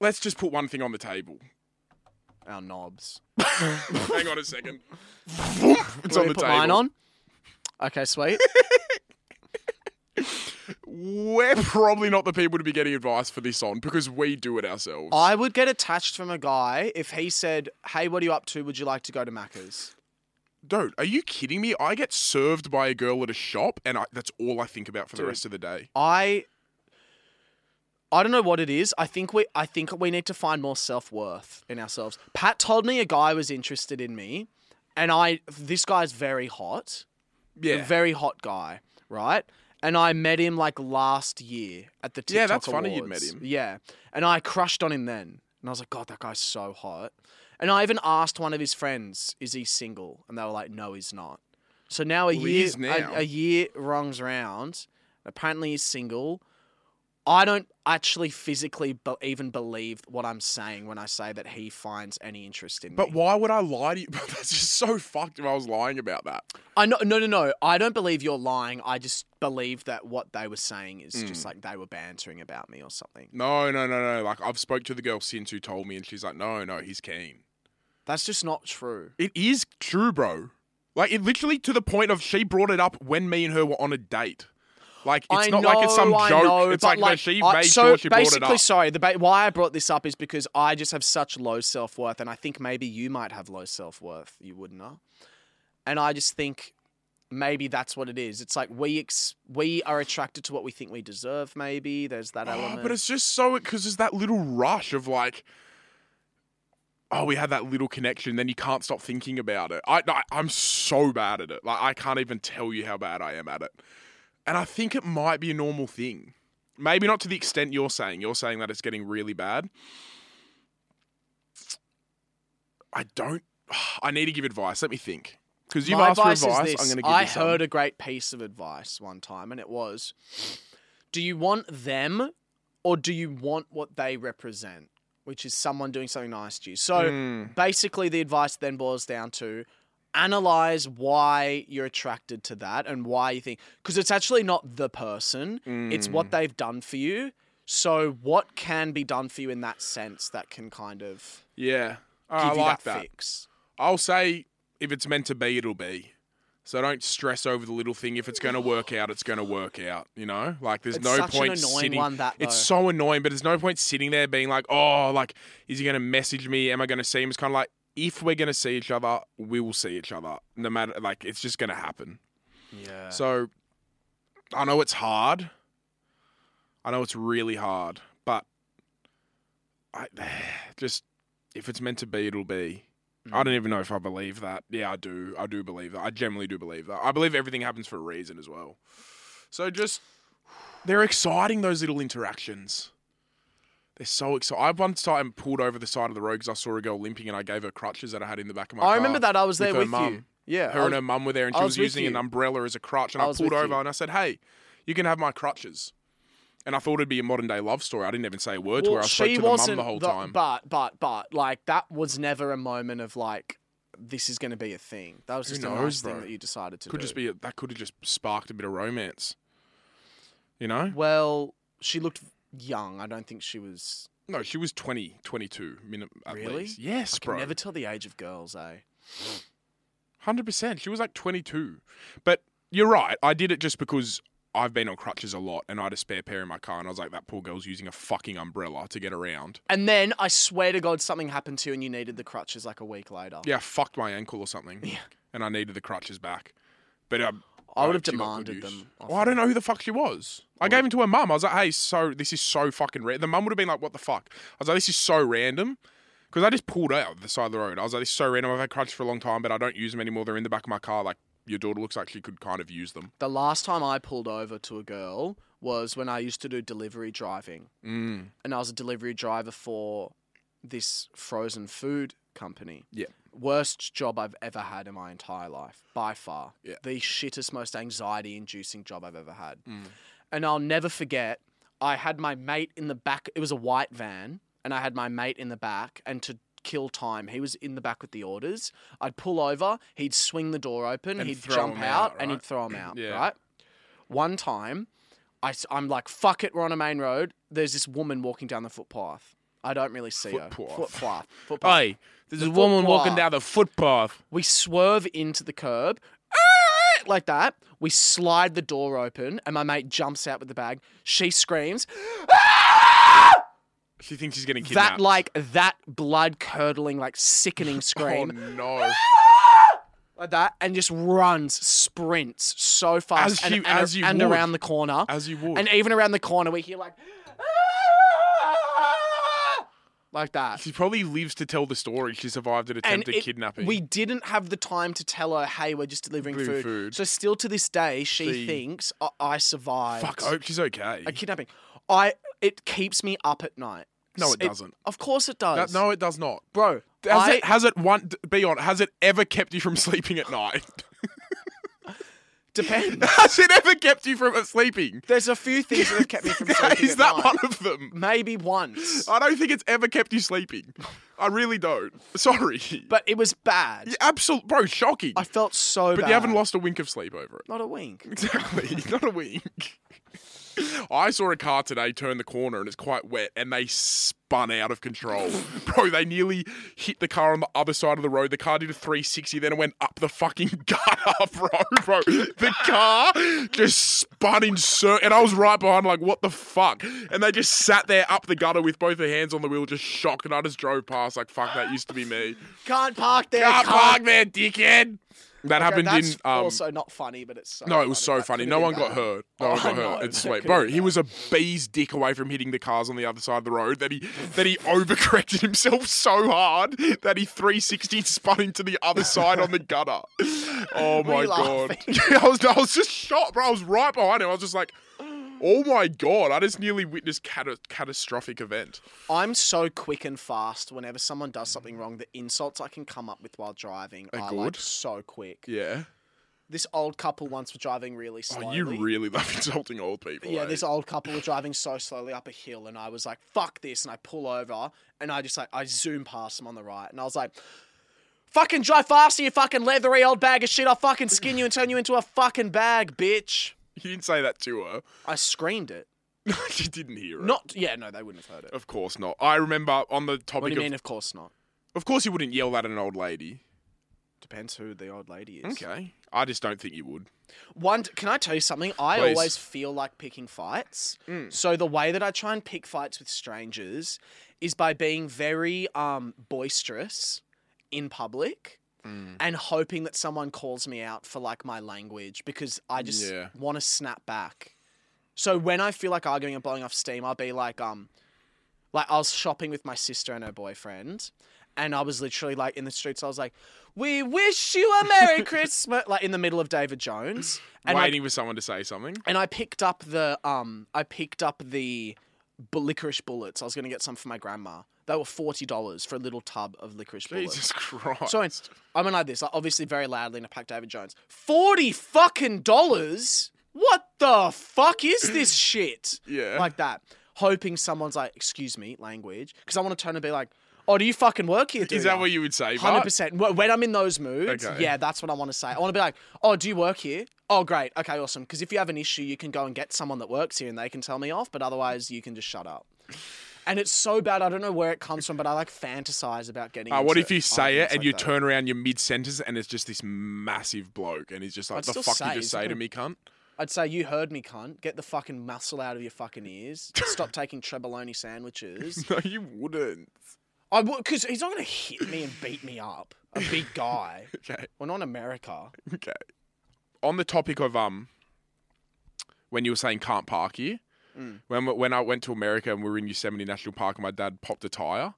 S1: Let's just put one thing on the table.
S2: our knobs.
S1: Hang on a second. Vroom, it's
S2: You
S1: on the
S2: want me to put
S1: table.
S2: mine on. Okay, sweet.
S1: We're probably not the people to be getting advice for this on because we do it ourselves.
S2: I would get attached from a guy if he said, "Hey, what are you up to? Would you like to go to Macca's?"
S1: Dude, are you kidding me? I get served by a girl at a shop, and I, that's all I think about for the
S2: Dude.
S1: rest of the day.
S2: I I don't know what it is. I think we I think we need to find more self-worth in ourselves. Pat told me a guy was interested in me and I this guy's very hot. A very hot guy, right? And I met him like last year at the TikTok
S1: Yeah, that's funny you'd met
S2: Awards.
S1: him.
S2: Yeah. And I crushed on him then. And I was like, God, that guy's so hot. And I even asked one of his friends, is he single? And they were like, no, he's not. So now a
S1: Well, he
S2: year
S1: is now.
S2: A, a year runs round. Apparently he's single. I don't actually physically be- even believe what I'm saying when I say that he finds any interest in
S1: But
S2: me.
S1: why would I lie to you? That's just so fucked if I was lying about that.
S2: I know, no, no, no. I don't believe you're lying. I just believe that what they were saying is just
S1: Hmm.
S2: like they were bantering about me or something.
S1: No, no, no, no. Like I've spoke to the girl since who told me, and she's like, no, no, he's keen.
S2: That's just not true.
S1: It is true, bro. Like it literally to the point of she brought it up when me and her were on a date. Like it's
S2: I
S1: not
S2: know,
S1: like it's some
S2: I
S1: joke.
S2: know,
S1: it's
S2: but,
S1: like, no, she
S2: I-
S1: made
S2: so
S1: sure she brought
S2: basically,
S1: it up.
S2: sorry. The ba- why I brought this up is because I just have such low self worth, and I think maybe you might have low self worth. You wouldn't, know? and I just think maybe that's what it is. It's like we ex- we are attracted to what we think we deserve. Maybe there's that
S1: Oh,
S2: element.
S1: but it's just so because there's that little rush of like, oh, we had that little connection. Then you can't stop thinking about it. I, I I'm so bad at it. Like I can't even tell you how bad I am at it. And I think it might be a normal thing. Maybe not to the extent you're saying. You're saying that it's getting really bad. I don't. I need to give advice. Let me think. Because you've
S2: My
S1: asked for
S2: advice
S1: advice,
S2: is
S1: I'm
S2: this.
S1: going to give
S2: I
S1: you some.
S2: heard a great piece of advice one time, and it was: Do you want them, or do you want what they represent, which is someone doing something nice to you? So
S1: Mm,
S2: basically, the advice then boils down to analyze why you're attracted to that and why you think because it's actually not the person; it's
S1: mm.
S2: what they've done for you. So, what can be done for you in that sense that can kind of
S1: Yeah, Oh, I
S2: give you
S1: like
S2: that,
S1: that.
S2: fix?
S1: I'll say if it's meant to be, it'll be. So don't stress over the little thing. If it's going to work out, it's going to work out. You know, like there's
S2: It's
S1: no
S2: such
S1: point
S2: an annoying
S1: sitting.
S2: one. That
S1: It's
S2: though.
S1: so annoying, but there's no point sitting there being like, oh, like is he going to message me? Am I going to see him? It's kind of like if we're going to see each other, we will see each other. No matter, like it's just going to happen.
S2: yeah.
S1: So I know it's hard. I know it's really hard, but I just if it's meant to be, it'll be. I
S2: Mm.
S1: don't even know if I believe that. Yeah, I do. I do believe that. I generally do believe that. I believe everything happens for a reason as well. So just they're exciting those little interactions. They're so exciting. I one time pulled over the side of the road because I saw a girl limping and I gave her crutches that I had in the back of my car.
S2: I remember that I was
S1: with
S2: there
S1: her
S2: with, you.
S1: mum.
S2: Yeah,
S1: Her
S2: I
S1: and
S2: was-
S1: her mum were there, and she
S2: I
S1: was,
S2: was with
S1: using an
S2: you.
S1: umbrella as a crutch. And
S2: I
S1: I,
S2: was
S1: pulled
S2: with
S1: over
S2: you.
S1: and I said, "Hey, you can have my crutches." And I thought it'd be a modern day love story. I didn't even say a word to her. I spoke to the mum the whole time.
S2: But but but like that was never a moment of like this is going to be a thing. That was
S1: Who
S2: just a
S1: knows,
S2: nice thing
S1: bro?
S2: that you decided to
S1: could
S2: do.
S1: just be a, that. Could have just sparked a bit of romance. You know?
S2: Well, she looked young. I don't think she was.
S1: No, she was 20, 22 minute at
S2: Really?
S1: least. Yes,
S2: I can
S1: bro.
S2: never tell the age of girls, eh?
S1: Hundred percent. She was like twenty two. But you're right. I did it just because I've been on crutches a lot, and I had a spare pair in my car, and I was like, that poor girl's using a fucking umbrella to get around.
S2: And then I swear to God, something happened to you, and you needed the crutches like a week later.
S1: Yeah, I fucked my ankle or something.
S2: Yeah.
S1: And I needed the crutches back. But um,
S2: I would have
S1: she got good
S2: demanded
S1: use.
S2: them. I
S1: Well, I don't know who the fuck she was. I gave them to her mum. I was like, hey, so this is so fucking rare. The mum would have been like, what the fuck? I was like, this is so random. Because I just pulled out the side of the road. I was like, this is so random. I've had crutches for a long time, but I don't use them anymore. They're in the back of my car. Like, your daughter looks like she could kind of use them.
S2: The last time I pulled over to a girl was when I used to do delivery driving.
S1: Mm.
S2: and I was a delivery driver for this frozen food company.
S1: Yeah.
S2: Worst job I've ever had in my entire life, by far.
S1: Yeah.
S2: The shittest, most anxiety inducing job I've ever had.
S1: Mm.
S2: And I'll never forget, I had my mate in the back. It was a white van, and I had my mate in the back. And to kill time, he was in the back with the orders. I'd pull over, he'd swing the door open,
S1: And
S2: he'd
S1: throw
S2: jump
S1: 'em
S2: out,
S1: out,
S2: and
S1: right?
S2: he'd throw him out,
S1: Yeah.
S2: right? One time, I, am like, fuck it, we're on a main road. There's this woman walking down the footpath. I don't really see her.
S1: Footpath.
S2: Footpath. Footpath.
S1: Hey, there's
S2: The a woman walking footpath. down
S1: the footpath.
S2: We swerve into the curb. back like that. We slide the door open, and my mate jumps out with the bag. She screams.
S1: She thinks she's getting kidnapped.
S2: That like that blood curdling, like sickening scream.
S1: Oh no!
S2: like that and just runs, sprints so
S1: As
S2: fast and,
S1: you-
S2: and-
S1: as you
S2: and
S1: would.
S2: around the corner.
S1: As you would.
S2: and even around the corner, we hear like, like that.
S1: she probably lives to tell the story. She survived an
S2: And
S1: attempted
S2: it-
S1: kidnapping.
S2: we didn't have the time to tell her, hey, we're just delivering
S1: Delivering
S2: food.
S1: food.
S2: So still to this day, she
S1: She-
S2: thinks I, I survived
S1: Fuck. I hope she's okay.
S2: a kidnapping. I it keeps me up at night.
S1: No,
S2: S-
S1: it doesn't.
S2: Of course it
S1: That-
S2: does.
S1: no, it does not.
S2: bro.
S1: Has
S2: I-
S1: it? Has it? One. Be honest. Has it ever kept you from sleeping at night?
S2: depends.
S1: has it ever kept you from uh, sleeping?
S2: There's a few things that have kept me from sleeping.
S1: Is
S2: at
S1: that Oh.
S2: night.
S1: one of them?
S2: Maybe once.
S1: I don't think it's ever kept you sleeping. I really don't. Sorry.
S2: But it was bad.
S1: Absolute, bro, shocking.
S2: I felt so bad.
S1: but you haven't lost a wink of sleep over it.
S2: Not a wink.
S1: Exactly. Not a wink. I saw a car today turn the corner and it's quite wet and they spun out of control. Bro, they nearly hit the car on the other side of the road. The car did a 360, then it went up the fucking gutter, bro. Bro, the car just spun in circles. And I was right behind, like, what the fuck? And they just sat there up the gutter with both their hands on the wheel, just shocked. And I just drove past, like, fuck, that used to be me.
S2: Can't park there.
S1: Car
S2: Can't,
S1: park there, dickhead. That
S2: Okay,
S1: happened
S2: that's
S1: in. Um,
S2: also not funny, but it's so
S1: no, it was so
S2: funny.
S1: funny.
S2: That could've
S1: No
S2: been
S1: one
S2: bad.
S1: got hurt. No
S2: Oh,
S1: one got
S2: no,
S1: hurt. It's
S2: that
S1: sweet,
S2: could've
S1: bro.
S2: been
S1: He was a bee's dick away from hitting the cars on the other side of the road. That he that he overcorrected himself so hard that he 360 spun into the other side on the gutter. Oh
S2: Were
S1: my
S2: you
S1: god! Yeah, I was I was just shocked, bro. I was right behind him. I was just like, oh my god! I just nearly witnessed cata- catastrophic event.
S2: I'm so quick and fast. Whenever someone does something wrong, the insults I can come up with while driving are
S1: good?
S2: like so quick.
S1: Yeah.
S2: This old couple once were driving really
S1: Oh,
S2: slowly.
S1: you really love insulting old people.
S2: yeah,
S1: eh?
S2: this old couple were driving so slowly up a hill, and I was like, "Fuck this!" And I pull over, and I just like I zoom past them on the right, and I was like, "Fucking drive faster, you fucking leathery old bag of shit! I'll fucking skin you and turn you into a fucking bag, bitch!"
S1: You didn't say that to her.
S2: I screamed it.
S1: you didn't hear it.
S2: Not yeah, no, they wouldn't have heard it.
S1: Of course not. I remember on the topic
S2: What do you
S1: of
S2: mean? Of course not.
S1: Of course, you wouldn't yell that at an old lady.
S2: Depends who the old lady is.
S1: Okay. I just don't think you would.
S2: One, can I tell you something? I
S1: Please.
S2: always feel like picking fights. So the way that I try and pick fights with strangers is by being very um, boisterous in public and hoping that someone calls me out for like my language because I just
S1: Yeah.
S2: want to snap back. So when I feel like arguing and blowing off steam, I'll be like, um, like I was shopping with my sister and her boyfriend, and I was literally like in the streets. I was like, "We wish you a Merry Christmas!" Like in the middle of David Jones, and like,
S1: Waiting for someone to say something.
S2: and I picked up the um, I picked up the bu- licorice bullets. I was gonna get some for my grandma. They were forty dollars for a little tub of licorice bullets.
S1: Jesus Christ.
S2: So I went, I went like this, like obviously very loudly, and I packed David Jones. Forty fucking dollars! What the fuck is this shit?
S1: Yeah.
S2: like that, hoping someone's like, "Excuse me, language," because I want to turn and be like, "Oh, do you fucking work here?"
S1: Is that what you would say,
S2: Hundred
S1: Mark?
S2: percent. When I'm in those moods,
S1: Okay.
S2: yeah, that's what I want to say. I want to be like, "Oh, do you work here?" Oh, great. Okay, awesome. Because if you have an issue, you can go and get someone that works here, and they can tell me off. But otherwise, you can just shut up. And it's so bad. I don't know where it comes from, but I like fantasize about getting.
S1: Uh, what
S2: into
S1: if you say it
S2: arguments
S1: and
S2: like
S1: you
S2: that.
S1: turn around your mid sentence and it's just this massive bloke and he's just like,
S2: I'd
S1: the
S2: still
S1: fuck
S2: say,
S1: you just
S2: is it
S1: say to
S2: gonna-
S1: me, cunt?
S2: I'd say you heard me, cunt. Get the fucking muscle out of your fucking ears. Stop taking treboloni sandwiches.
S1: No, you wouldn't.
S2: I because he's not gonna hit me and beat me up. A big guy.
S1: Okay.
S2: We're not in America.
S1: Okay. On the topic of um, when you were saying can't park here,
S2: Mm.
S1: when when I went to America and we were in Yosemite National Park and my dad popped a tire,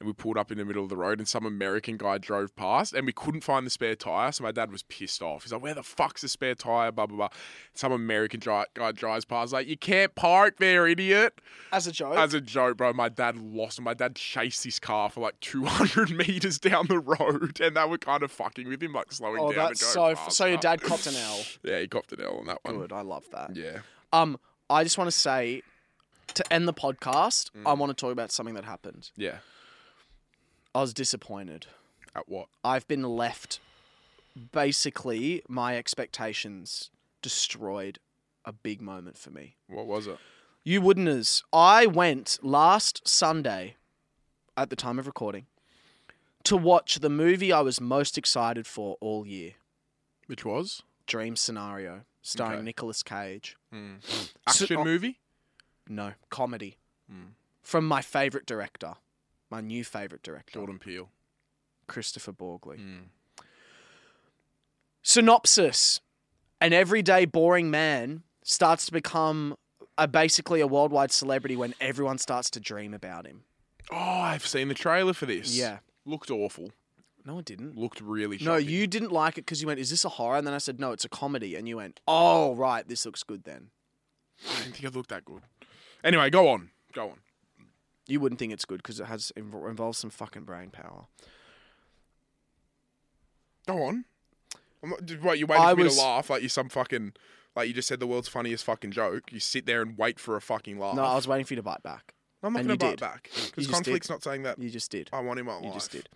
S1: and we pulled up in the middle of the road and some American guy drove past and we couldn't find the spare tire, so my dad was pissed off. He's like, "Where the fuck's the spare tire?" Blah blah blah. Some American dri- guy drives past like, "You can't park there, idiot."
S2: As a joke.
S1: As a joke, bro, my dad lost and my dad chased this car for like 200 meters down the road and they were kind of fucking with him, like slowing
S2: oh,
S1: down. and going
S2: that's so. F-
S1: faster.
S2: so your dad copped an L.
S1: Yeah, he copped an L on that one.
S2: Good. I love that.
S1: Yeah.
S2: Um, I just want to say, to end the podcast,
S1: Mm.
S2: I want to talk about something that happened.
S1: Yeah.
S2: I was disappointed.
S1: At what?
S2: I've been left, basically, my expectations destroyed. A big moment for me.
S1: What was it?
S2: You wouldn't I went last Sunday, at the time of recording, to watch the movie I was most excited for all year.
S1: Which was?
S2: Dream Scenario, starring
S1: Okay.
S2: Nicolas Cage. So-
S1: Hmm. Action
S2: oh.
S1: movie?
S2: No, comedy.
S1: Mm.
S2: From my favorite director, my new favorite director,
S1: Jordan Peele.
S2: Christopher
S1: Hmm.
S2: Borgley. Synopsis An everyday boring man starts to become a, basically a worldwide celebrity when everyone starts to dream about him.
S1: Oh, I've seen the trailer for this.
S2: Yeah.
S1: Looked awful.
S2: No, it didn't.
S1: Looked really
S2: No,
S1: shocking.
S2: you didn't like it because you went, Is this a horror? And then I said, No, it's a comedy. And you went, Oh, right, this looks good then.
S1: I didn't think it looked that good. Anyway, go on. Go on.
S2: You wouldn't think it's good because it has inv- involves some fucking brain power.
S1: Go on. I'm not, did- wait, you're waiting
S2: I
S1: for me
S2: was-
S1: to laugh like you're some fucking. Like you just said the world's funniest fucking joke. You sit there and wait for a fucking laugh.
S2: No, I was waiting for you to bite back.
S1: I'm not
S2: and
S1: going to
S2: you
S1: bite
S2: did.
S1: back.
S2: You
S1: Because
S2: just
S1: conflict's not saying that.
S2: You just did.
S1: I want in Oh, my life.
S2: You just did.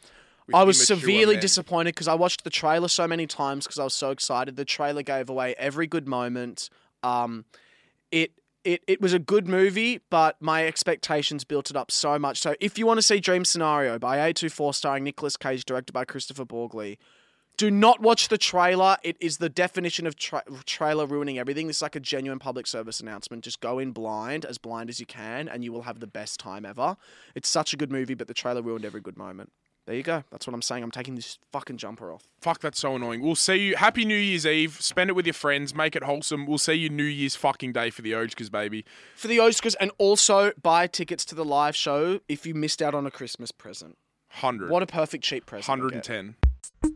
S1: with
S2: I was
S1: immature
S2: severely
S1: men.
S2: disappointed because I watched the trailer so many times because I was so excited. The trailer gave away every good moment. Um, it it it was a good movie, but my expectations built it up so much. So if you want to see Dream Scenario by A24 starring Nicolas Cage, directed by Christopher Borgley, do not watch the trailer. It is the definition of tra- trailer ruining everything. This is like a genuine public service announcement. Just go in blind, as blind as you can, and you will have the best time ever. It's such a good movie, but the trailer ruined every good moment. There you go. That's what I'm saying. I'm taking this fucking jumper off.
S1: Fuck, that's so annoying. We'll see you. Happy New Year's Eve. Spend it with your friends. Make it wholesome. We'll see you New Year's fucking day for the Ogekas, baby.
S2: For the Oscars, and also buy tickets to the live show if you missed out on a Christmas present.
S1: 100.
S2: What a perfect cheap present. to get.
S1: 110.